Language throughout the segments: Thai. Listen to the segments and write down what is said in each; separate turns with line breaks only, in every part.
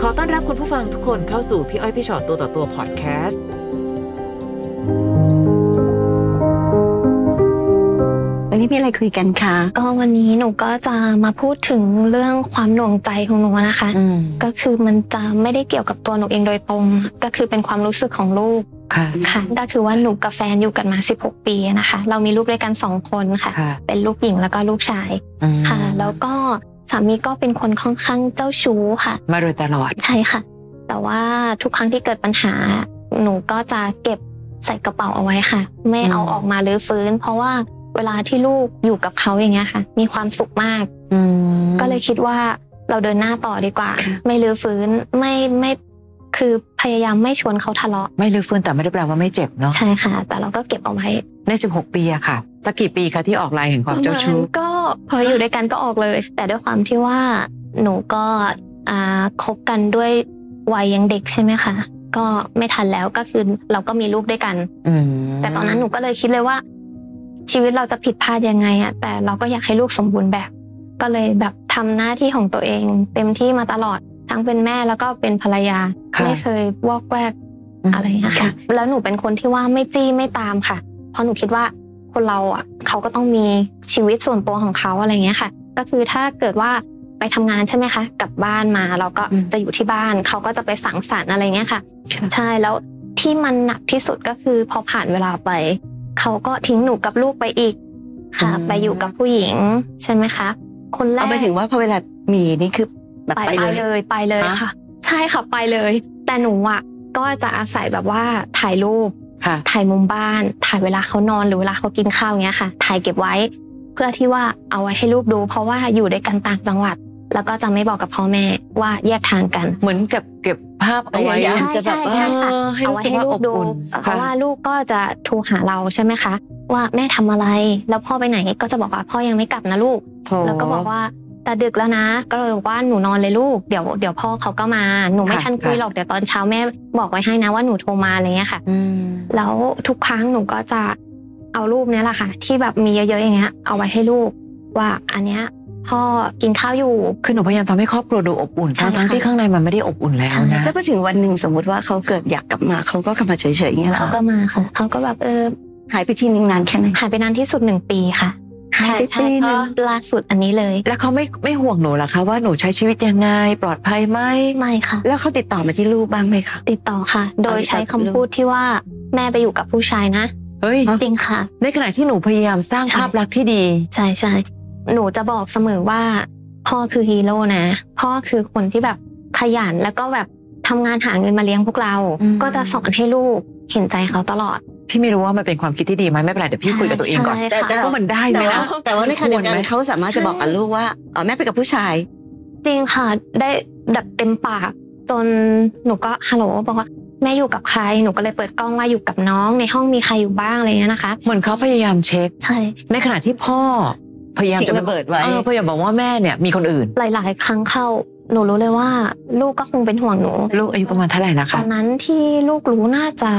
อต้อนรับคุณผู้ฟังทุกคนเข้าสู่พี่อ้อยพี่ชอตตัวต่อตัวพอดแคสต์
วันนี้มีอะไรคุยกันคะ
ก็วันนี้หนูก็จะมาพูดถึงเรื่องความหน่วงใจของหนูนะคะ
อืม
ก็คือมันจะไม่ได้เกี่ยวกับตัวหนูเองโดยตรง ก็คือเป็นความรู้สึกของลูก
ค่ะ
ค่ะ ก็คือว่าหนูกับแฟนอยู่กันมา 16 ปีนะคะ เรามีลูกด้วยกัน 2 คนค่ะ
ค่ะ
เป็นลูกหญิงแล้วก็ลูกชายค่ะ แล้วก็สามีก็เป็นคนค่อนข้างเจ้าชู้ค่ะ
มาโดยตลอด
ใช่ค่ะ แต่ว่าทุกครั้งที่เกิดปัญหา หนูก็จะเก็บใส่กระเป๋าเอาไว้ค่ะ ไม่เอาออกมาหรือฟื้น เพราะว่าเวลาที่ลูกอยู่กับเขาอย่างเงี้ยค่ะ มีความสุขมาก ก็เลยคิดว่าเราเดินหน้าต่อดีกว่า ไม่รื้อฟื้นไม่ไม่คือพยายามไม่ชวนเขาทะเลาะ
ไม่ลือฟื้นแต่ไม่ได้แปลว่าไม่เจ็บเนาะ
ใช่ค่ะ แต่เราก็เก็บเอาไว้
ใน 16 ปีอะค่ะสักกี่ปีคะที่ออกลายแห่งความเจ้า
ประ
ชู้
ณก็พออยู่ด้วยกันก็ออกเลย แต่ด้วยความที่ว่าหนูก็อ่าคบกันด้วยวัยยังเด็กใช่ไหมคะก็ไม่ทันแล้วก็คือเราก็มีลูกด้วยกัน
อืม
แต่ตอนนั้นหนูก็เลยคิดเลยว่า ชีวิตเราจะผิดพลาดยังไงอะแต่เราก็อยากให้ลูกสมบูรณ์แบบ ก็เลยแบบทำหน้าที่ของตัวเอง เต็มที่มาตลอดทั้งเป็นแม่แล้วก็เป็นภรรยา
ะ
ไม่เคยวอกแวกอะไรอย่างเงี้ยค่ะ แล้วหนูเป็นคนที่ว่าไม่จี้ไม่ตามค่ะ เพราะหนูคิดว่าคนเราอ่ะเขาก็ต้องมีชีวิตส่วนตัวของเขาอะไรเงี้ยค่ะ ก็คือถ้าเกิดว่าไปทำงานใช่ไหมคะ กลับบ้านมาเราก็
อืม
จะอยู่ที่บ้านเขาก็จะไปสังสรรค์อะไรเงี้ยค่ะ
ค่ะ
ใช่แล้วที่มันหนักที่สุดก็คือพอผ่านเวลาไป เขาก็ทิ้งหนูกับลูกไปอีก ค่ะ
อืม
ไปอยู่กับผู้หญิงใช่ไหมคะ คนแร
เอา
ก
ไปถึงว่าพอเวลามีนี่คือแบบ
ไป
ไป
ไป
เล
เลย ยไปเลย
ฮะ
ค่ะ ใช่ค่ะไปเลย แต่หนูอ่ะก็จะอาศัยแบบว่าถ่ายรูป
ค่ะ
ถ่ายมุมบ้าน ถ่ายเวลาเขานอนหรือเวลาเขากินข้าวเงี้ยค่ะ ถ่ายเก็บไว้ เพื่อที่ว่าเอาไว้ให้ลูกดู เพราะว่าอยู่ด้วยกันต่างจังหวัด แล้วก็จะไม่บอกกับพ่อแม่ว่าแยกทางกัน
เหมือนกับเก็บภาพเอาไว้
ใช่
จะแบบ
ใช่ใช่ค่ะ
เออให้
เอา
รู้
ไว้
สึก
ให้
ว่า
ลู
อก บ
ดู
อุ่น
เพ
ค่ะ
ราะว่าลูกก็จะโทรหาเราใช่ไหมคะ ว่าแม่ทำอะไร แล้วพ่อไปไหนก็จะบอกว่าพ่อยังไม่กลับนะลูก แล้วก็บอกว่าแต่ดึกแล้วนะ ก็เลยบอกว่าหนูนอนเลยลูกเดี๋ยวเดี๋ยวพ่อเขาก็มาหนูไม่
ค่ะ
ทันคุย
ค่ะ
หรอกเดี๋ยวตอนเช้าแม่บอกไว้ให้นะว่าหนูโทรมาอะไรเงี้ยค่ะ
อืม
แล้วทุกครั้งหนูก็จะเอารูปเนี้ยแหละค่ะ ที่แบบมีเยอะๆอย่างเงี้ย เอาไว้ให้ลูก ว่าอันเนี้ยพ่อกินข้าวอยู่
คือหนูพยายามทำให้ครอบครัวดูอบอุ่น
ใช่
ทั้งทั้ง
ค่ะ
ที่ข้างในมันไม่ได้อบอุ่นแล้วนะ
แล้วพอถึงวันหนึ่งสมมติว่าเขาเกิดอยากกลับมาเขาก็กลับมาเฉยๆอย่างเงี้ยเหร
เขา
อ
ก็มาค่ะเขาก็แบบเออ
หายไปทีนึงนานแค่ไหน
หายไปนานที่สุดหนึ่งปีค่ะ
หายไปปี
ใช่ใช่
นึง
ล่าสุดอันนี้เลย
แล้วเขาไม่ไม่ห่วงหนูเหรอคะว่าหนูใช้ชีวิตยังไง ปลอดภัยไหม
ไม่ค่ะ
แล้วเขาติดต่อมาที่ลูกบ้างไหมคะ
ติดต่อค่ะ โดยใช้คำพูดที่ว่าแม่ไปอยู่กับผู้ชายนะ
เฮ้ย
ฮะ
จริงค่ะ
ในขณะที่หนูพยายามสร้าง
ใช่
ภาพลักษณ์ที่ดี
ใช่ใช่หนูจะบอกเสมอว่า พ่อคือฮีโร่นะ พ่อคือคนที่แบบขยันแล้วก็แบบทำงานหาเงินมาเลี้ยงพวกเรา
อืม
ก็จะสอนให้ลูกเห็นใจเขาตลอด
พี่ไม่รู้ว่ามันเป็นความคิดที่ดีไหมไม่เป็นไรเดี๋ยวพี่คุยกับตัวเองก่อน
ใช่
แต่
ค่ะ
แต่
ว่ามันได้ไหม
แต่ว่า
นะ
แต่ว่าในขณะเดียว
คว
กั
ร
น
ไหม
เขาสามารถจะบอกกับลูกว่าอ๋อแม่ไปกับผู้ชาย
จริงค่ะ ได้ดับเต็มปากจนหนูก็ฮัลโหลบอกว่าแม่อยู่กับใคร หนูก็เลยเปิดกล้องว่าอยู่กับน้อง ในห้องมีใครอยู่บ้างอะไรเงี้ยนะคะ
เหมือนเขาพยายามเช็ค
ใช่
ในขณะที่พ่อ พยายามจะ
ทิ้งระเบิดไว้
ออพยายามบอกว่าแม่เนี่ยมีคนอื่น
หลาย ๆ ครั้งเข้า หนูรู้เลยว่า ลูกก็คงเป็นห่วงหนู
ลูกอายุประมาณเท่าไหร่นะ
ต
คะ
อนนั้นที่ลูกรู้น่าจะ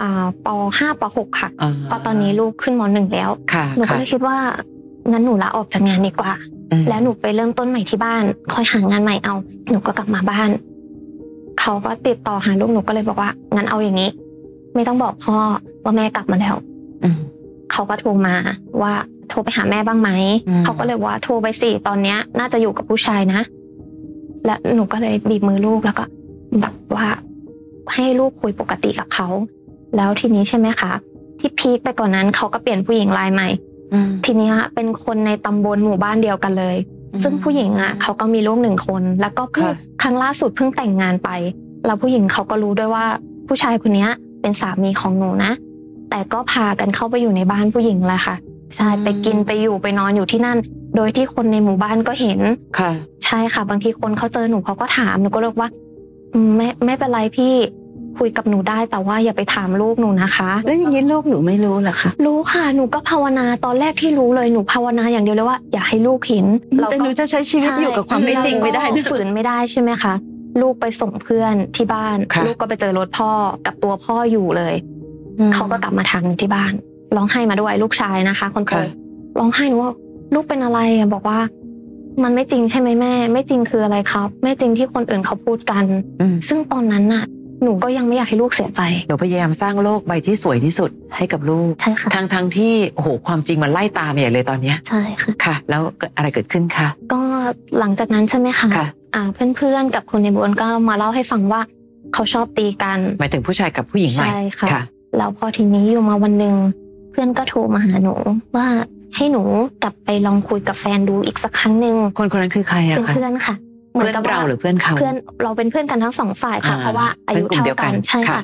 อ่าปห้าปหกค่ะ
า
เพราะตอนนี้ลูกขึ้นมหนึ่งแล้ว
ค่ะ
หนูก็
ค่ะ
เลยคิดว่างั้นหนูลาออกจากงานดีกว่า
อืม
แล้วหนูไปเริ่มต้นใหม่ที่บ้าน คอยหางานใหม่เอา หนูก็กลับมาบ้าน เขาก็ติดต่อหาลูกหนูก็เลยบอกว่างั้นเอาอย่างนี้ ไม่ต้องบอกพ่อว่าแม่กลับมาแล้ว
อืม
เขาก็โทรมาว่าโทรไปหาแม่บ้างไหม
อืม
เขาก็เลยว่าโทรไปสิตอนเนี้ย น่าจะอยู่กับผู้ชายนะ และหนูก็เลยบีบมือลูกแล้วก็แบบว่าให้ลูกคุยปกติกับเขา แล้วทีนี้ใช่ไหมคะ ที่พีคไปกว่อนนั้นเขาก็เปลี่ยนผู้หญิงรายใหม่
อืม
ทีเนี้ยเป็นคนในตำบลหมู่บ้านเดียวกันเลย ซึ่งผู้หญิงอ่ะเขาก็มีลูกหนึ่งคน แล้วก็เพิ่ง
ค่ะ
ครั้งล่าสุดเพิ่งแต่งงานไป แล้วผู้หญิงเขาก็รู้ด้วยว่าผู้ชายคนเนี้ยเป็นสามีของหนูนะ แต่ก็พากันเข้าไปอยู่ในบ้านผู้หญิงแหละค่ะใช่ไปกินไปอยู่ไปนอนอยู่ที่นั่น โดยที่คนในหมู่บ้านก็เห็น
ค่ะ
ใช่ค่ะ บางทีคนเขาเจอหนูเขาก็ถามหนูก็เลยบอกว่าอืมไม่ไม่เป็นไรพี่คุยกับหนูได้แต่ว่าอย่าไปถามลูกหนูนะคะ
แล้วอย่างนี้ลูกหนูไม่รู้เหรอคะ
รู้ค่ะ หนูก็ภาวนาตอนแรกที่รู้เลย หนูภาวนาอย่างเดียวเลยว่า อย่าให้ลูกเห็นเรา
แต่ห
ก็
นูจะใช้ชีวิตอยู่กับความไม่จริงไม่ได้
เรา
นะ
ก็ฝืนไม่ได้ใช่ไหมคะ ลูกไปส่งเพื่อนที่บ้าน
ค่ะ
ลูกก็ไปเจอรถพ่อกับตัวพ่ออยู่เลย เขาก็กลับมาถามหนูที่บ้าน ร้องไห้มาด้วยลูกชายนะคะ คนโต
ค่ะ
ร้องไห้หนูว่าลูกเป็นอะไรอะบอกว่า มันไม่จริงใช่ไหมแม่ ไม่จริงคืออะไรครับ ไม่จริงที่คนอื่นเขาพูดกัน
อืม
ซึ่งตอนนั้นน่ะ หนูก็ยังไม่อยากให้ลูกเสียใจ
หนูพยายามสร้างโลกใบที่สวยที่สุดให้กับลูก
ใช่ค่ะ
ทั้งทั้งที่โอ้โหความจริงมันไล่ตามใหญ่เลยตอนเนี้ย
ใช่ค่ะ
ค่ะ แล้วเกิดอะไรเกิดขึ้นคะ
ก็หลังจากนั้นใช่ไหมคะ
ค่ะ
อ่าเพื่อนๆกับคนในบวนก็มาเล่าให้ฟังว่าเขาชอบตีกัน
หมายถึงผู้ชายกับผู้หญิงใหม่
ใช่ค่ะ
ค่ะ
แล้วพอทีนี้อยู่มาวันหนึ่งเพื่อนก็โทรมาหาหนู ว่าให้หนูกลับไปลองคุยกับแฟนดูอีกสักครั้งหนึ่ง
คนคนนั้นคือใครอะ
เป็น
คะ
เพื่อนค่ะหมื
เพื่อน
กับว่
เราหรือเพื่อนเขา
เพื่อนเราเป็นเพื่อนกันทั้งสองฝ่ายค่ะ
อ่า
เพราะว่าอายุ
เป็นกลุ่ม
เท่า
เดียวกั
กันนใช่
ค่ะ
ค่ะ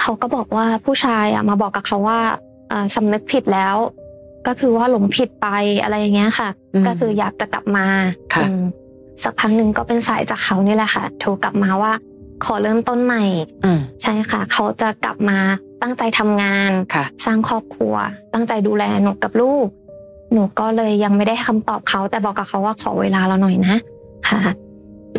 เขาก็บอกว่าผู้ชายอ่ะมาบอกกับเขาว่าเอ่อสำนึกผิดแล้ว ก็คือว่าหลงผิดไปอะไรอย่างเงี้ยค่ะ
อืม
ก็คืออยากจะกลับมา
ค่ะ
อืมสักพักหนึ่งก็เป็นสายจากเขานี่แหละค่ะ โทรกลับมาว่า ขอเริ่มต้นใหม่
อืม
ใช่ค่ะ เขาจะกลับมาตั้งใจทำงาน
ค่ะ
สร้างครอบครัว ตั้งใจดูแลหนูกับลูก หนูก็เลยยังไม่ได้ให้คำตอบเขา แต่บอกกับเขาว่าขอเวลาเราหน่อยนะค่ะ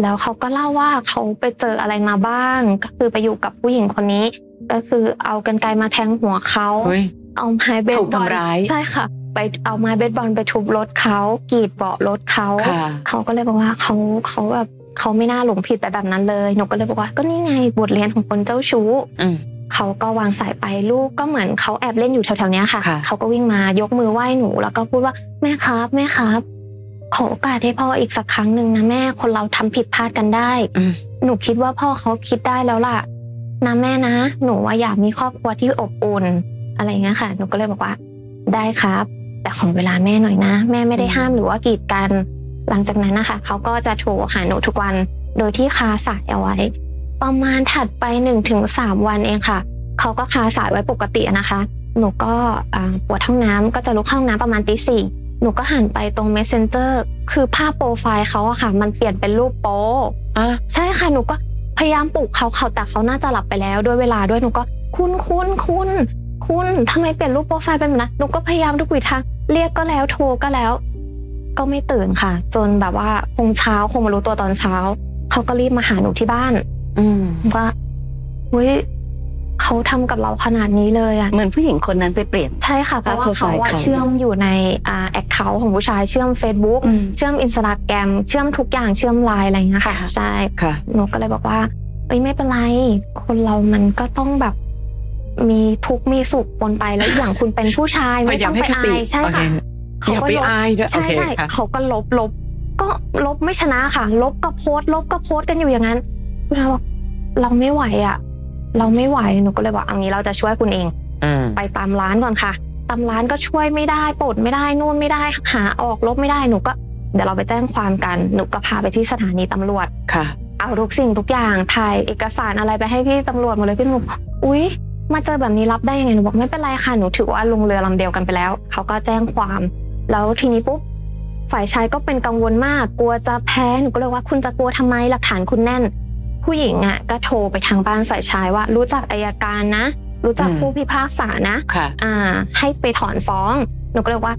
แล้วเขาก็เล่าว่าเขาไปเจออะไรมาบ้าง ก็คือไปอยู่กับผู้หญิงคนนี้ ก็คือเอากันไกลมาแทงหัวเขา
เฮ้ย
เอาไม้เบส
ถูก
บอล
ทำร้าย
ใช่ค่ะ ไปเอาไม้เบสบอลไปทุบรถเขากรีดเบาะรถเขา
ค่ะ
เขาก็เลยบอกว่าเขาเขาแบบเขาไม่น่าหลงผิดไปแบบนั้นเลยหนูก็เลยบอกว่าก็นี่ไงบทเรียนของคนเจ้าชู้
อืม
เขาก็วางสายไปลูกก็เหมือนเขาแอบเล่นอยู่แถวๆเนี้ยค่ะ
ค่ะ
เขาก็วิ่งมายกมือไหว้หนู แล้วก็พูดว่าแม่ครับ แม่ครับ ขอโอกาสให้พ่ออีกสักครั้งหนึ่งนะแม่คนเราทำผิดพลาดกันได้
อืม
หนูคิดว่าพ่อเขาคิดได้แล้วล่ะนะแม่นะ หนูว่าอยากมีครอบครัวที่อบอุ่นอะไรอย่างเงี้ยค่ะ หนูก็เลยบอกว่า ได้ครับ แต่ขอเวลาแม่หน่อยนะ แม่ไม่ได้ห้ามหรือว่ากีดกัน หลังจากนั้นนะคะเขาก็จะโทรหาหนูทุกวัน โดยที่คาสายเอาไว้ ประมาณถัดไป1นถึงสวันเองค่ะ เขาก็คาสายไว้ปกตินะคะ หนูก็อ่าปวดห้องน้ำก็จะลุกเข้าห้องน้ำประมาณตีสี่หนูก็หันไปตรง messenger คือภาพโปรไฟล์เขาอะค่ะ มันเปลี่ยนเป็นรูปโป๊ะ
อ่ะ
ใช่ค่ะหนูก็พยายามปลุกเขาเขาแต่เขาน่าจะหลับไปแล้วด้วยเวลาด้วยหนูก็คุณคุณคุณคุณทำไมเปลี่ยนรูปโปรไฟล์เป็นแบบนั้นหนูก็พยายามทุกวิถีทางเรียกก็แล้วโทรก็แล้ว ก็ไม่ตื่นค่ะ จนแบบว่าคงเช้าคงมารู้ตัวตอนเช้าเขาก็รีบมาหาหนูที่บ้าน
อืม
ว่าเฮ้ยเขาทำกับเราขนาดนี้เลยอ่ะ
เหมือนผู้หญิงคนนั้นไปเปลี่ยน
ใช่ค่ะเพราะว่าเขาอะเชื่อมอยู่ในอ่าแอคเคาท์ของผู้ชายเชื่อม Facebook เชื่อมอินสตาแกรมเชื่อมทุกอย่างเชื่อมไลน์อะไรอย่างเงี้ยค่ะ
ค่ะ
ใช่
ค่ะ
หนูก็เลยบอกว่าเอ้ยไม่เป็นไร คนเรามันก็ต้องแบบ มีทุกข์มีสุขปนไปแล้วอย่างคุณเป็นผู้ชาย
พ
ไม่
ยายา
ต้
ม
อง
ให้
ไ
ส
ป
ติ
อายใช่
โอเค
ค่ะ
อย่าไป
ลบ
อายด้วยโอ
ใช่
เค
ใช่
ค่ะ
เขาก็ลบลบก็ลบไม่ชนะค่ะ ลบก็โพสต์ลบก็โพสต์กันอยู่อย่างนั้นคุณอาบอกเราไม่ไหวอ่ะ เราไม่ไหวหนูก็เลยบอกเอางี้เราจะช่วยคุณเอง
อืม
ไปตามร้านก่อนค่ะ ตามร้านก็ช่วยไม่ได้ปลดไม่ได้นู่นไม่ได้หาออกลบไม่ได้หนูก็เดี๋ยวเราไปแจ้งความกันหนูก็พาไปที่สถานีตำรวจ
ค่ะ
เอาทุกสิ่งทุกอย่างถ่ายเอกสารอะไรไปให้พี่ตำรวจหมดเลยพี่ตำรวจบอกอุ๊ย มาเจอแบบนี้รับได้ยังไงหนูบอกไม่เป็นไรค่ะหนูถือว่าลงเรือลำเดียวกันไปแล้ว เขาก็แจ้งความ แล้วทีนี้ปุ๊บฝ่ายชายก็เป็นกังวลมาก กลัวจะแพ้หนูก็เลยว่าคุณจะกลัวทำไมหลักฐานคุณแน่น ผู้หญิงอ่ะก็โทรไปทางบ้านฝ่ายชายว่า รู้จักอายการนะ รู้จัก
อืม
ผู้พิพากษานะ
ค่ะ
อ่าให้ไปถอนฟ้อง หนูก็เลยว่า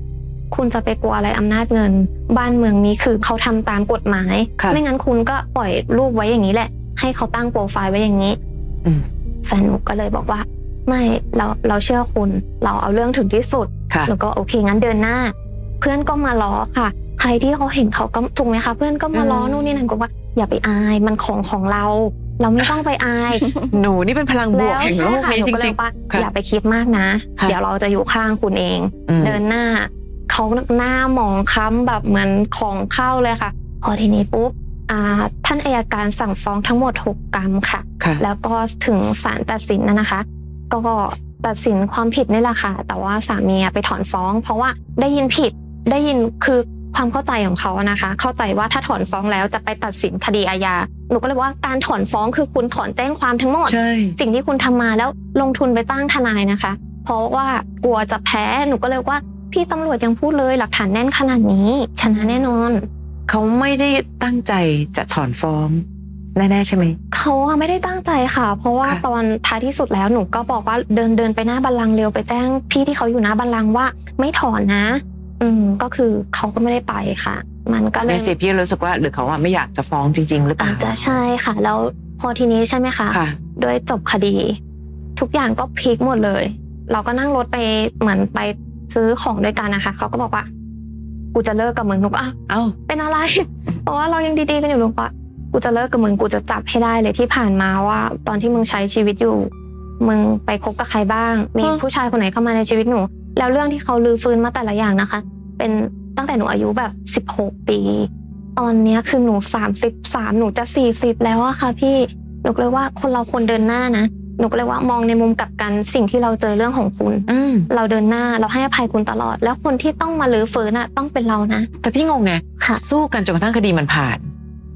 คุณจะไปกลัวอะไรอำนาจเงิน บ้านเมืองนี้คือเขาทำตามกฎหมาย
ครับ
ไม่งั้นคุณก็ปล่อยรูปไว้อย่างนี้แหละ ให้เขาตั้งโปรไฟล์ไว้อย่างนี้
อืม
แฟนหนูก็เลยบอกว่า ไม่เราเราเชื่อคุณ เราเอาเรื่องถึงที่สุด
ค่ะ
แล้วก็โอเคงั้นเดินหน้า เพื่อนก็มาล้อค่ะ ใครที่เขาเห็นเขาก็ถูกไหมคะ เพื่อนก็มาล้อ
อืม
นู่นนี่นั่นก็ว่า อย่าไปอายมันของของเรา เราไม่ต้องไปอาย
หนูนี่เป็นพลังบวก
แล้ว
แห่งโล
ใช่
ก
ค่ะ
นี้
หนู
จ
ก็เล
ริ
ย
ง
ว่า
ค่ะ
อย่าไปคิดมากนะ
ค่ะ
เดี๋ยวเราจะอยู่ข้างคุณเอง
ๆอืม
เดินหน้าเขาหน้าหมองคล้ำแบบเหมือนของเข้าเลยค่ะ พอทีนี้ปุ๊บอ่าท่านอายการสั่งฟ้องทั้งหมด 6 กรัมค่ะ
ค่ะ
แล้วก็ถึงศาลตัดสินนะนะคะ ก็ตัดสินความผิดนี่แหละค่ะ แต่ว่าสามีอะไปถอนฟ้อง เพราะว่าได้ยินผิดได้ยินคือความเข้าใจของเขาอะนะคะ เข้าใจว่าถ้าถอนฟ้องแล้วจะไปตัดสินคดีอาญาหนูก็เลยบอกว่าการถอนฟ้องคือคุณถอนแจ้งความทั้งหมด
ใช่
สิ่งที่คุณทำมาแล้วลงทุนไปตั้งทนายนะคะ เพราะว่ากลัวจะแพ้หนูก็เลยว่าพี่ตำรวจยังพูดเลยหลักฐานแน่นขนาดนี้ ชนะแน่นอน
เขาไม่ได้ตั้งใจจะถอนฟ้อง แน่ ๆ ใช่ไหม
เขาอะไม่ได้ตั้งใจค่ะ เพราะว่า
ค่ะ
ตอนท้ายที่สุดแล้วหนูก็บอกว่าเดินเดินไปหน้าบัลลังก์เร็วไปแจ้งพี่ที่เขาอยู่หน้าบัลลังก์ว่าไม่ถอนนะ อืมก็คือเขาก็ไม่ได้ไปค่ะ มันก็เล
ใน
ย
สิพี่รู้สึกว่าหรือเขาว่าไม่อยากจะฟ้องจริง ๆ หรือเปล่า
อาจจะใช่ค่ะ แล้วพอทีนี้ใช่ไหมคะ
ค่ะ
ด้วยจบคดี ทุกอย่างก็พลิกหมดเลย เราก็นั่งรถไปเหมือนไปซื้อของด้วยกันนะคะ เขาก็บอกว่า กูจะเลิกกับมึงหนูก็อ่ะ
เอ้า
เป็นอะไร บอกว่าเรายังดีๆกันอยู่ลุงปะกูจะเลิกกับมึงกูจะจับให้ได้เลยที่ผ่านมาว่า ตอนที่มึงใช้ชีวิตอยู่ มึงไปคบกับใครบ้าง มี
ฮะ
ผู้ชายคนไหนเข้ามาในชีวิตหนู แล้วเรื่องที่เขาลือฟื้นมาแต่ละอย่างนะคะ เป็นตั้งแต่หนูอายุแบบสิบหกปี ตอนเนี้ยคือหนูสามสิบสามหนูจะสี่สิบแล้วอะค่ะพี่หนูก็เลยว่าคนเราควรเดินหน้านะหนูก็เลยว่ามองในมุมกลับกันสิ่งที่เราเจอเรื่องของคุณ
อืม
เราเดินหน้าเราให้อภัยคุณตลอด แล้วคนที่ต้องมาลื้อฟื้นอะต้องเป็นเรานะ
แต่พี่งงไง
ค่ะ
สู้กันจนกระทั่งคดีมันผ่าน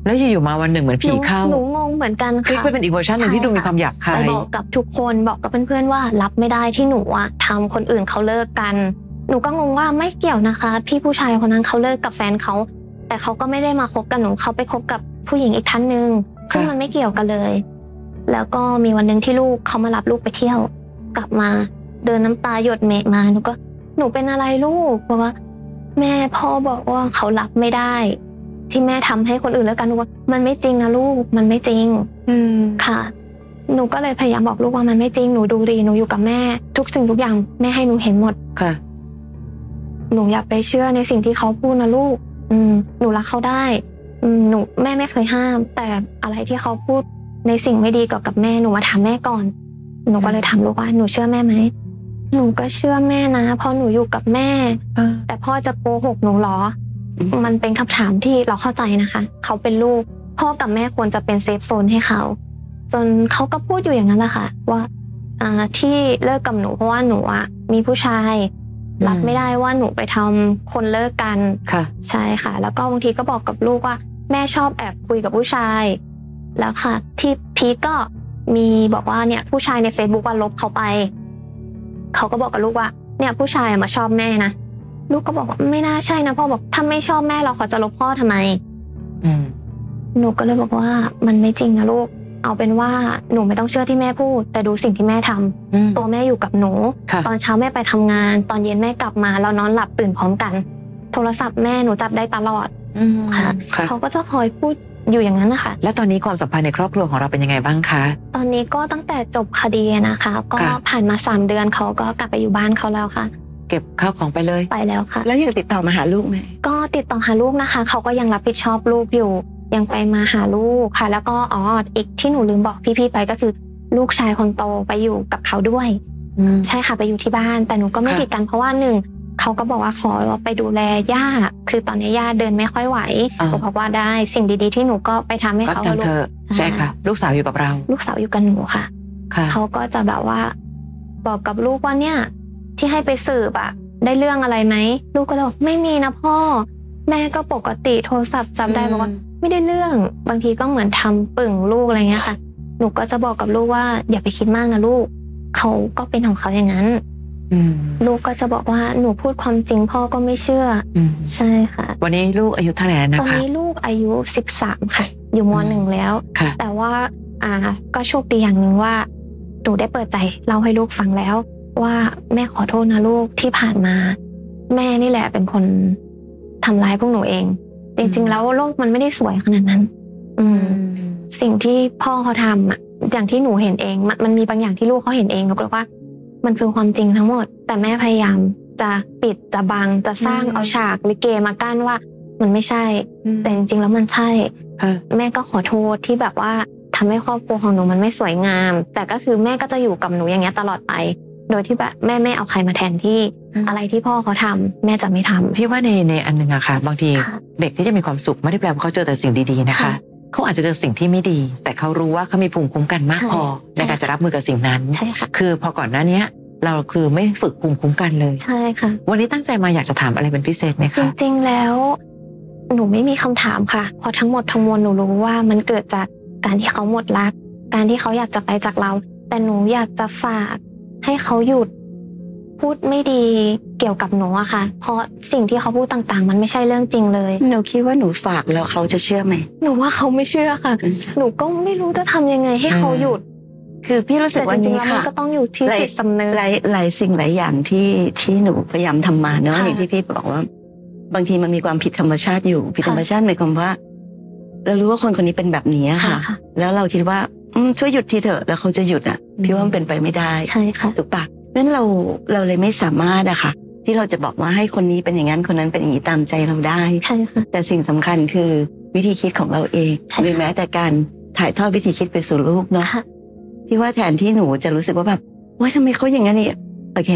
แล้วอยู่ๆมาวันหนึ่งเหมือนผีเข้า
หนูหนูงงเหมือนกัน
คลิก
ค่ะ
ไปเป็นอีกเวอร์ชันหนึ่ง
ใช่
ที่ดูมี
ค่ะ
ความหยาบคา
ไป
ย
บอกกับทุกคนบอกกับเพื่อนๆว่ารับไม่ได้ที่หนูอะทำคนอื่นเขาเลิกกัน หนูก็งงว่าไม่เกี่ยวนะคะ พี่ผู้ชายคนนั้นเขาเลิกกับแฟนเขา แต่เขาก็ไม่ได้มาคบกับหนูเขาไปคบกับผู้หญิงอีกท่านหนึ่งซึ่งมันไม่เกี่ยวกันเลย แล้วก็มีวันหนึ่งที่ลูกเขามารับลูกไปเที่ยว กลับมาเดินน้ำตาหยดเมะมาหนูก็ หนูเป็นอะไรลูกบอกว่า แม่พ่อบอกว่าเขารับไม่ได้ ที่แม่ทำให้คนอื่นแล้วกันหนูว่ามันไม่จริงนะลูกมันไม่จริง
อืม
ค่ะ หนูก็เลยพยายามบอกลูกว่ามันไม่จริง หนูดูดี หนูอยู่กับแม่ ทุกสิ่งทุกอย่างแม่ให้หนูเห็นหมด
ค่ะ
หนูอย่าไปเชื่อในสิ่งที่เขาพูดนะลูก อืม หนูรักเขาได้ อืม หนูแม่ไม่เคยห้าม แต่อะไรที่เขาพูดในสิ่งไม่ดีกับกับแม่ หนูมาถามแม่ก่อน หนูก็เลยถามลูกว่า หนูเชื่อแม่ไหม หนูก็เชื่อแม่นะ เพราะหนูอยู่กับแม่ แต่พ่อจะโกหกหนูเหรอ
อืม
มันเป็นคำถามที่เราเข้าใจนะคะ เขาเป็นลูก พ่อกับแม่ควรจะเป็นเซฟโซนให้เขา จนเขาก็พูดอยู่อย่างนั้นแหละค่ะ ว่าอ่าที่เลิกกับหนูเพราะว่าหนูอะมีผู้ชาย รับไม่ได้ว่าหนูไปทำคนเลิกกัน
ค่ะ
ใช่ค่ะ แล้วก็บางทีก็บอกกับลูกว่า แม่ชอบแอบคุยกับผู้ชาย แล้วค่ะ ที่พีคก็มีบอกว่าเนี่ย ผู้ชายใน Facebook ว่าลบเขาไป เขาก็บอกกับลูกว่า เนี่ย ผู้ชายมาชอบแม่นะลูกก็บอกว่าไม่น่าใช่นะพ่อบอกถ้าไม่ชอบแม่เราเขาจะลบพ่อทำไม
อืม
หนูก็เลยบอกว่ามันไม่จริงนะลูก เอาเป็นว่าหนูไม่ต้องเชื่อที่แม่พูด แต่ดูสิ่งที่แม่ทำ
อืม
ตัวแม่อยู่กับหนู
ค่ะ
ตอนเช้าแม่ไปทำงาน ตอนเย็นแม่กลับมาเรานอนหลับตื่นพร้อมกัน โทรศัพท์แม่หนูจับได้ตลอด
อืม
ค่ะ
ค่ะ
เขาก็จะคอยพูดอยู่อย่างนั้นนะคะ
และตอนนี้ความสัมพันธ์ในครอบครัวของเราเป็นยังไงบ้างคะ
ตอนนี้ก็ตั้งแต่จบคดีนะคะ ก็
ค่ะ
ผ่านมาสามเดือนเขาก็กลับไปอยู่บ้านเขาแล้วค่ะ
เก็บข้าวของไปเลย
ไปแล้วค่ะ
แล้วยังติดต่อมาหาลูกไหม
ก็ติดต่อหาลูกนะคะ เขาก็ยังรับผิดชอบลูกอยู่ ยังไปมาหาลูกค่ะ แล้วก็อ๋ออีกที่หนูลืมบอกพี่ๆไปก็คือ ลูกชายคนโตไปอยู่กับเขาด้วย ใช่ค่ะไปอยู่ที่บ้าน แต่หนูก็ไม่
ค่ะ
ติดกันเพราะว่าหนึ่งเขาก็บอกว่าขอไปดูแลย่าคือตอนนี้ย่าเดินไม่ค่อยไหวหนูบอกว่าได้สิ่งดีๆ ที่หนูก็ไปทำให้
ก็
เขา
ทำ
ลู
เธ
ก
อ
ใช่
ใช่ค่ะ ลูกสาวอยู่กับเรา
ลูกสาวอยู่กับหนูค่ะ
ค่ะ
เขาก็จะแบบว่า บอกกับลูกว่าเนี่ย ที่ให้ไปสืบอะได้เรื่องอะไรไหมลูกก็เลยบอกไม่มีนะพ่อ แม่ก็ปกติโทรศัพท์จำได้บอกว่า ไม่ได้เรื่องบางทีก็เหมือนทำปึ่งลูกอะไรเงี้ยค่ะ หนูก็จะบอกกับลูกว่า อย่าไปคิดมากนะลูก เขาก็เป็นของเขาอย่างนั้น
อืม
ลูกก็จะบอกว่าหนูพูดความจริงพ่อก็ไม่เชื่อ
อืม
ใช่ค่ะ
วันนี้ลูกอายุเท่าไหร่แล้ว
ต
นะ
อน
คะ
นี้ลูกอายุ 13 ค่ะ อยู่ม
อืม
หนึ่งแล้ว
ค่ะ
แต่ว่าอ่าก็โชคดีอย่างหนึ่งว่าหนูได้เปิดใจเล่าให้ลูกฟังแล้ว ว่าแม่ขอโทษนะลูกที่ผ่านมา แม่นี่แหละเป็นคนทำร้ายพวกหนูเอง จริง
อืม
ๆ แล้วโลกมันไม่ได้สวยขนาดนั้น อืม สิ่งที่พ่อเขาทำอะอย่างที่หนูเห็นเองมันมันมีบางอย่างที่ลูกเขาเห็นเองหนูก็เลยว่า มันคือความจริงทั้งหมด แต่แม่พยายามจะปิดจะบังจะสร้าง
อืม
เอาฉากลิเกมากั้นว่า มันไม่ใช่ แต่จริงๆแล้วมันใช่
ค่ะ
แม่ก็ขอโทษที่แบบว่าทำให้ครอบครัวของหนูมันไม่สวยงาม แต่ก็คือแม่ก็จะอยู่กับหนูอย่างเงี้ยตลอดไป โดยที่แบบแม่ไม่เอาใครมาแทนที่
อืม
อะไรที่พ่อเขาทำแม่จะไม่ทำ
พี่ว่าในในอันหนึงอะค่ะ บางที
ค่ะ
เด็กที่จะมีความสุขไม่ได้แปลว่าเขาเจอแต่สิ่งดีๆนะคะ
ค่ะ
เขาอาจจะเจอสิ่งที่ไม่ดี แต่เขารู้ว่าเขามีภูมิคุ้มกันมาก
ใช่
พอใน
ใช่
การจะรับมือกับสิ่งนั้น
ใช่ค่ะ
คือพอก่อนหน้าเนี้ย เราคือไม่ฝึกภูมิคุ้มกันเลย
ใช่ค่ะ
วันนี้ตั้งใจมาอยากจะถามอะไรเป็นพิเศษไหม
จ
คะ
ริงๆ แล้วหนูไม่มีคำถามค่ะ เพราะทั้งหมดทั้งมวลหนูรู้ว่ามันเกิดจากการที่เขาหมดรัก การที่เขาอยากจะไปจากเรา แต่หนูอยากจะฝากให้เขาหยุดพูดไม่ดีเกี่ยวกับหนูอะค่ะ เพราะสิ่งที่เขาพูดต่างๆ มันไม่ใช่เรื่องจริงเลย
หนูคิดว่าหนูฝากแล้วเขาจะเชื่อไหม
หนูว่าเขาไม่เชื่อค่ะ หนูก็ไม่รู้จะทำยังไงให้เขาหยุด
คือพี่รู้สึก
แต่
ว่า
จริง
นี้
ๆแล้วมั
ค่ะ
นก็ต้องอยู่ที่
หลาย
จิตสำนึก
หลายหลายสิ่งหลายอย่างที่ที่หนูพยายามทำมาเนอะ
ค่ะ
อย่างที่พี่บอกว่า บางทีมันมีความผิดธรรมชาติอยู่ ผิดธรรมชาติหมายความว่า เรารู้ว่าคนคนนี้เป็นแบบนี้
ใช่
ค่ะ
ค่ะ
แล้วเราคิดว่าอืมช่วยหยุดทีเถอะแล้วเขาจะหยุดอ่ะ พี่ว่ามันเป็นไปไม่ได้
ใช่ค่ะ
ถูกปะนั้นเราเราเลยไม่สามารถอะค่ะ ที่เราจะบอกว่าให้คนนี้เป็นอย่างนั้นคนนั้นเป็นอย่างนี้ตามใจเราได้
ใช่ค่ะ
แต่สิ่งสำคัญคือวิธีคิดของเราเอง
ใช่ค่ะ
หรือแม้แต่การถ่ายทอดวิธีคิดไปสู่ลูกเนาะ
ค่ะ
พี่ว่าแทนที่หนูจะรู้สึกว่าแบบว่าทำไมเขาอย่างนั้นเนี่ยโอเค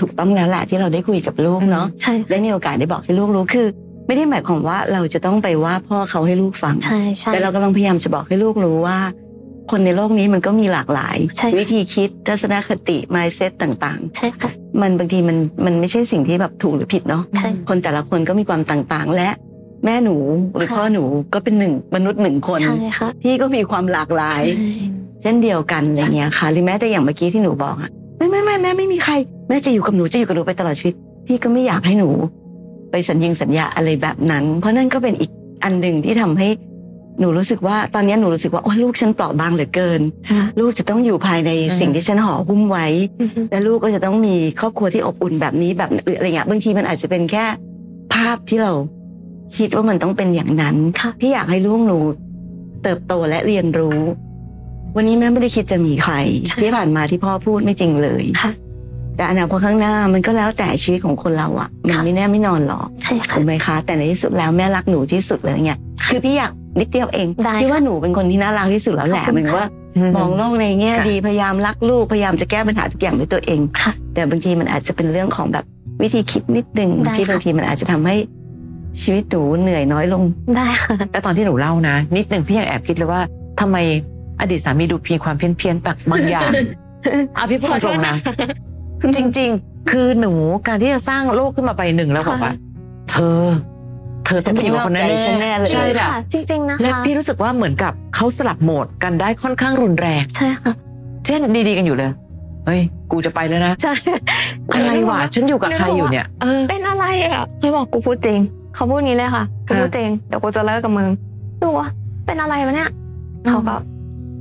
ถูกต้องแล้วแหละที่เราได้คุยกับลูกเนาะ
ใช่ค่ะ
ได้มีโอกาสได้บอกให้ลูกรู้คือ ไม่ได้หมายความว่าเราจะต้องไปว่าพ่อเขาให้ลูกฟัง
ใช่ใช่
แต่เรากำลังพยายามจะบอกให้ลูกรู้ว่า คนในโลกนี้มันก็มีหลากหลาย
ใช่ค่ะ
วิธีคิดทัศนคติ mindset ต่าง
ใช่ค่ะ
ๆ มันบางทีมันมันไม่ใช่สิ่งที่แบบถูกหรือผิดเนาะ
ใช่
คนแต่ละคนก็มีความต่างๆ และแม่หนูหรือ
ค่ะ
พ่อหนูก็เป็นหนึ่งมนุษย์หนึ่งคน
ใช่ค่ะ
ที่ก็มีความหลากหลาย
ใช่
เช่นเดียวกันอะไรเงี้ยค่ะหรือแม้แต่อย่างเมื่อกี้ที่หนูบอกอะไม่ไม่ไม่แม่ไม่มีใครแม่จะอยู่กับหนูจะอยู่กับหนูไปตลอดชีวิต พี่ก็ไม่อยากให้หนู ไปสัญญิงสัญญาอะไรแบบนั้น เพราะนั่นก็เป็นอีกอันหนึ่งที่ทำให้หนูรู้สึกว่าตอนเนี้ยหนูรู้สึกว่าโอ้ยลูกฉันเปราะบางเหลือเกิน
ค่ะ
ลูกจะต้องอยู่ภายใน
อืม
สิ่งที่ฉันห่อหุ้มไว้
อือฮึ
และลูกก็จะต้องมีครอบครัวที่อบอุ่นแบบนี้แบบหรืออะไรเงี้ยบางทีมันอาจจะเป็นแค่ภาพที่เราคิดว่ามันต้องเป็นอย่างนั้น
ค่ะ
พี่อยากให้ลูกหนูเติบโตและเรียนรู้ วันนี้แม่ไม่ได้คิดจะมีใคร
ใช่
ที่ผ่านมาที่พ่อพูดไม่จริงเลย
ค่ะ
แต่อนาคตข้างหน้ามันก็แล้วแต่ชีวิตของคนเราอะมัน
ค่ะ
ไม่แน่ไม่นอนหรอก
ใช่ค่ะ
ถูกไหมคะ แต่ในที่สุดแล้วแม่รักหนูที่สุดเลยเนี่ยคือพี่อยากนิดเดียวเอง
ได้
พี่ว่าหนูเป็นคนที่น่ารักที่สุดแล้วแหละ
ขอบคุณ
เหมือน
ค่ะ
ว่า มองโลกในแง่
ค่ะ
ดีพยายามรักลูกพยายามจะแก้ปัญหาทุกอย่างด้วยตัวเอง
ค่ะ
แต่บางทีมันอาจจะเป็นเรื่องของแบบวิธีคิดนิดนึง
ได้
ที่
ค่ะ
บางทีมันอาจจะทำให้ชีวิตหนูเหนื่อยน้อยลง
ได้ค่ะ
แต่ตอนที่หนูเล่านะ นิดหนึ่งพี่ยังแอบคิดเลยว่าทำไมอดีตสามีดูมีความเพี้ยนเพี้ยนๆแบบบางอย่างอ่ะพี่พูดตรง ๆนะ จริง ๆ คือหนูการที่จะสร้างโลกขึ้นมาใบหนึ่งแล้ว
ค่ะ
บอกว่า เธอ เธอต้องไปอยู่กับคนนั้น
เธอต้องนอกใจฉันแน่เลย
ใช่
ค่ะ
ค่ะ
จริงๆนะ
และ
คะ
พี่รู้สึกว่าเหมือนกับเขาสลับโหมดกันได้ค่อนข้างรุนแรง
ใช่ค่ะ
เช่นดีๆกันอยู่เลย เฮ้ย กูจะไปแล้วนะ
ใช่
อะไรวะฉันอยู่กับใครอยู่เนี่ย เออ
เป็นอะไรอ่ะเขาบอกกูพูดจริง เขาพูดงี้เลยค่ะกูพูดจริงเดี๋ยวกูจะเลิกกับมึงดูว่าเป็นอะไรวะเนี่ยเขาก็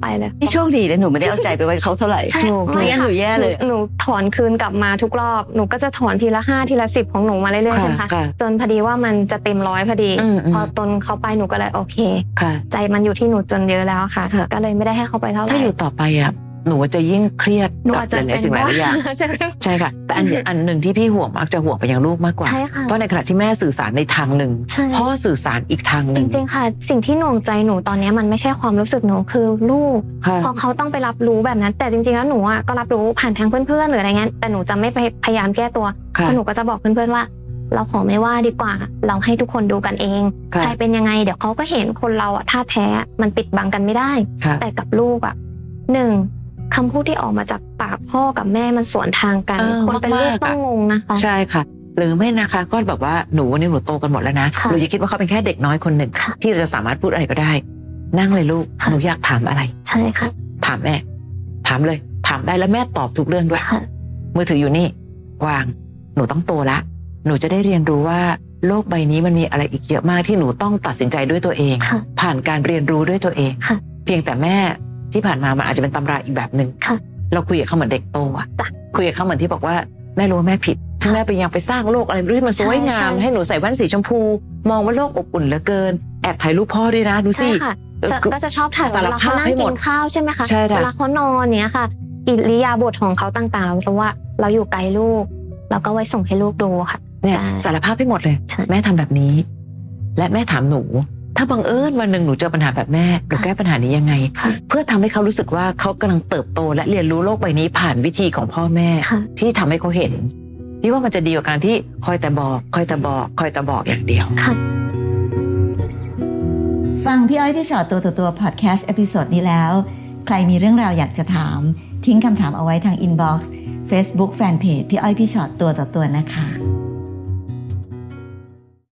ไปเลย
นี่โชคดีเลยหนูไม่ได้เอาใจไปไว้เขาเท่าไหร่
ใช่
ถูก
ไม่
ไม่งั้นห
ค่ะ
นูแย่เลย
หนูหนูถอนคืนกลับมาทุกรอบหนูก็จะถอนทีละห้าทีละสิบของหนูมาเรื่อยๆ
ค่ะ
ใช่ไหมคะ
ค่ะ
จนพอดีว่ามันจะเต็มร้อยพอดี
อืมอืม
พอตนเขาไปหนูก็เลยโอเค
ค่ะ
ใจมันอยู่ที่หนูจนเยอะแล้วค่ะ
ค่ะ
ก็เลยไม่ได้ให้เขาไปเท่าไหร่
ถ้าอยู่ต่อไปอ่ะหนูจะยิ่งเครียด
หนู
กั
อา
บห
จจะเป็
ลาย
น
ๆสิ่งหลายๆอย่าง
ใช่ไหม
ใช่ค่ะ แต่อันอันหนึ่งที่พี่ห่วงมักจะห่วงไปยังลูกมากกว่า
ใช่ค่ะ
เพราะในขณะที่แม่สื่อสารในทางหนึ่ง
ใช่
พ่อสื่อสารอีกทางห
จ
นึ่ง
ริง ๆ ค่ะ สิ่งที่หน่วงใจหนูตอนเนี้ยมันไม่ใช่ความรู้สึกหนูคือลูก
ค่ะ
พอเขาต้องไปรับรู้แบบนั้น แต่จริงๆแล้วหนูอ่ะก็รับรู้ผ่านทางเพื่อนๆหรืออะไรเงี้ยแต่หนูจะไม่ไปพยายามแก้ตัวเพ
ค่ะ
ราะหนูก็จะบอกเพื่อนๆว่า เราขอไม่ว่าดีกว่า เราให้ทุกคนดูกันเอง
ค่ะ
ใครเป็นยังไงเดี๋ยวเขาก็เห็นคนเราอะท่าแท้มันปิดบังกันไม่ได้
ค่ะ
แต่กับลูกอะหนึ่งคำพูดที่ออกมาจากปากพ่อกับแม่มันสวนทางกัน
เออ
คนเป็นลู
มา
ก
กๆอะ
ต้องงงนะคะ
ใช่ค่ะ หรือไม่นะคะ ก็แบบว่าหนูวันนี้หนูโตกันหมดแล้วนะ
ค่ะ
หนูจะคิดว่าเขาเป็นแค่เด็กน้อยคนหนึ่ง
ค่ะ
ที่เราจะสามารถพูดอะไรก็ได้ นั่งเลยลูก
ค่ะ
หนูอยากถามอะไร
ใช่ค่ะ
ถามแม่ ถามเลย ถามได้แล้วแม่ตอบทุกเรื่องด้วย
ค่ะ
มือถืออยู่นี่วาง หนูต้องโตละ หนูจะได้เรียนรู้ว่า โลกใบนี้มันมีอะไรอีกเยอะมากที่หนูต้องตัดสินใจด้วยตัวเอง
ค่ะ
ผ่านการเรียนรู้ด้วยตัวเอง
ค่ะ
เพียงแต่แม่ที่ผ่านมามันอาจจะเป็นตำราอีกแบบหนึ่ง
ค่ะ
เราคุยกับเขาเหมือนเด็กโตอะ
จ้ะ
คุยกับเขาเหมือนที่บอกว่าแม่รู้ว่าแม่ผิดที่แม่ไปยังไปสร้างโลกอะไรไม่รู้ที่มันสวยงา
ใช่
ม
ใช่
ให้หนูใส่แว่นสีชมพู มองว่าโลกอบอุ่นเหลือเกิน แอบถ่ายรูปพ่อด้วยนะดูสิ
ใช่ค่ะจะก็จะชอบถ่าย
สาร
เวลาเขา
ภาพ
นั่ง
ให้หม
กิ
ด
นข้าวใช่ไหมคะ
ใช่ค่ะ
เวลาเขานอนเนี้ยค่ะกิริยาบทของเขาต่างๆ เรารู้ว่าเราอยู่ไกลลูก เราก็ไว้ส่งให้ลูกดูค่ะ
เนี่ย
ใช่
สารภาพให้หมดเลย
ใช่
แม่ทำแบบนี้ และแม่ถามหนู ถ้าบังเอิญวันหนึ่งหนูเจอปัญหาแบบแม่หนู
ค่ะ
แก้ปัญหานี้ยังไง
ค่ะ
เพื่อทำให้เขารู้สึกว่าเขากำลังเติบโต และเรียนรู้โลกใบนี้ผ่านวิธีของพ่อแม่
ค่ะ
ที่ทำให้เขาเห็นพี่ว่ามันจะดีกว่าการที่คอยแต่บอก คอยแต่บอก คอยแต่บอกอย่างเดียว
ฟังพี่อ้อยพี่ชอตตัวต่อตัวพอดแคสต์เอพิโซดนี้แล้ว ใครมีเรื่องราวอยากจะถาม ทิ้งคำถามเอาไว้ทางอินบ็อกซ์เฟซบุ๊กแฟนเพจพี่อ้อยพี่ชอตตัวต่อตัวนะคะ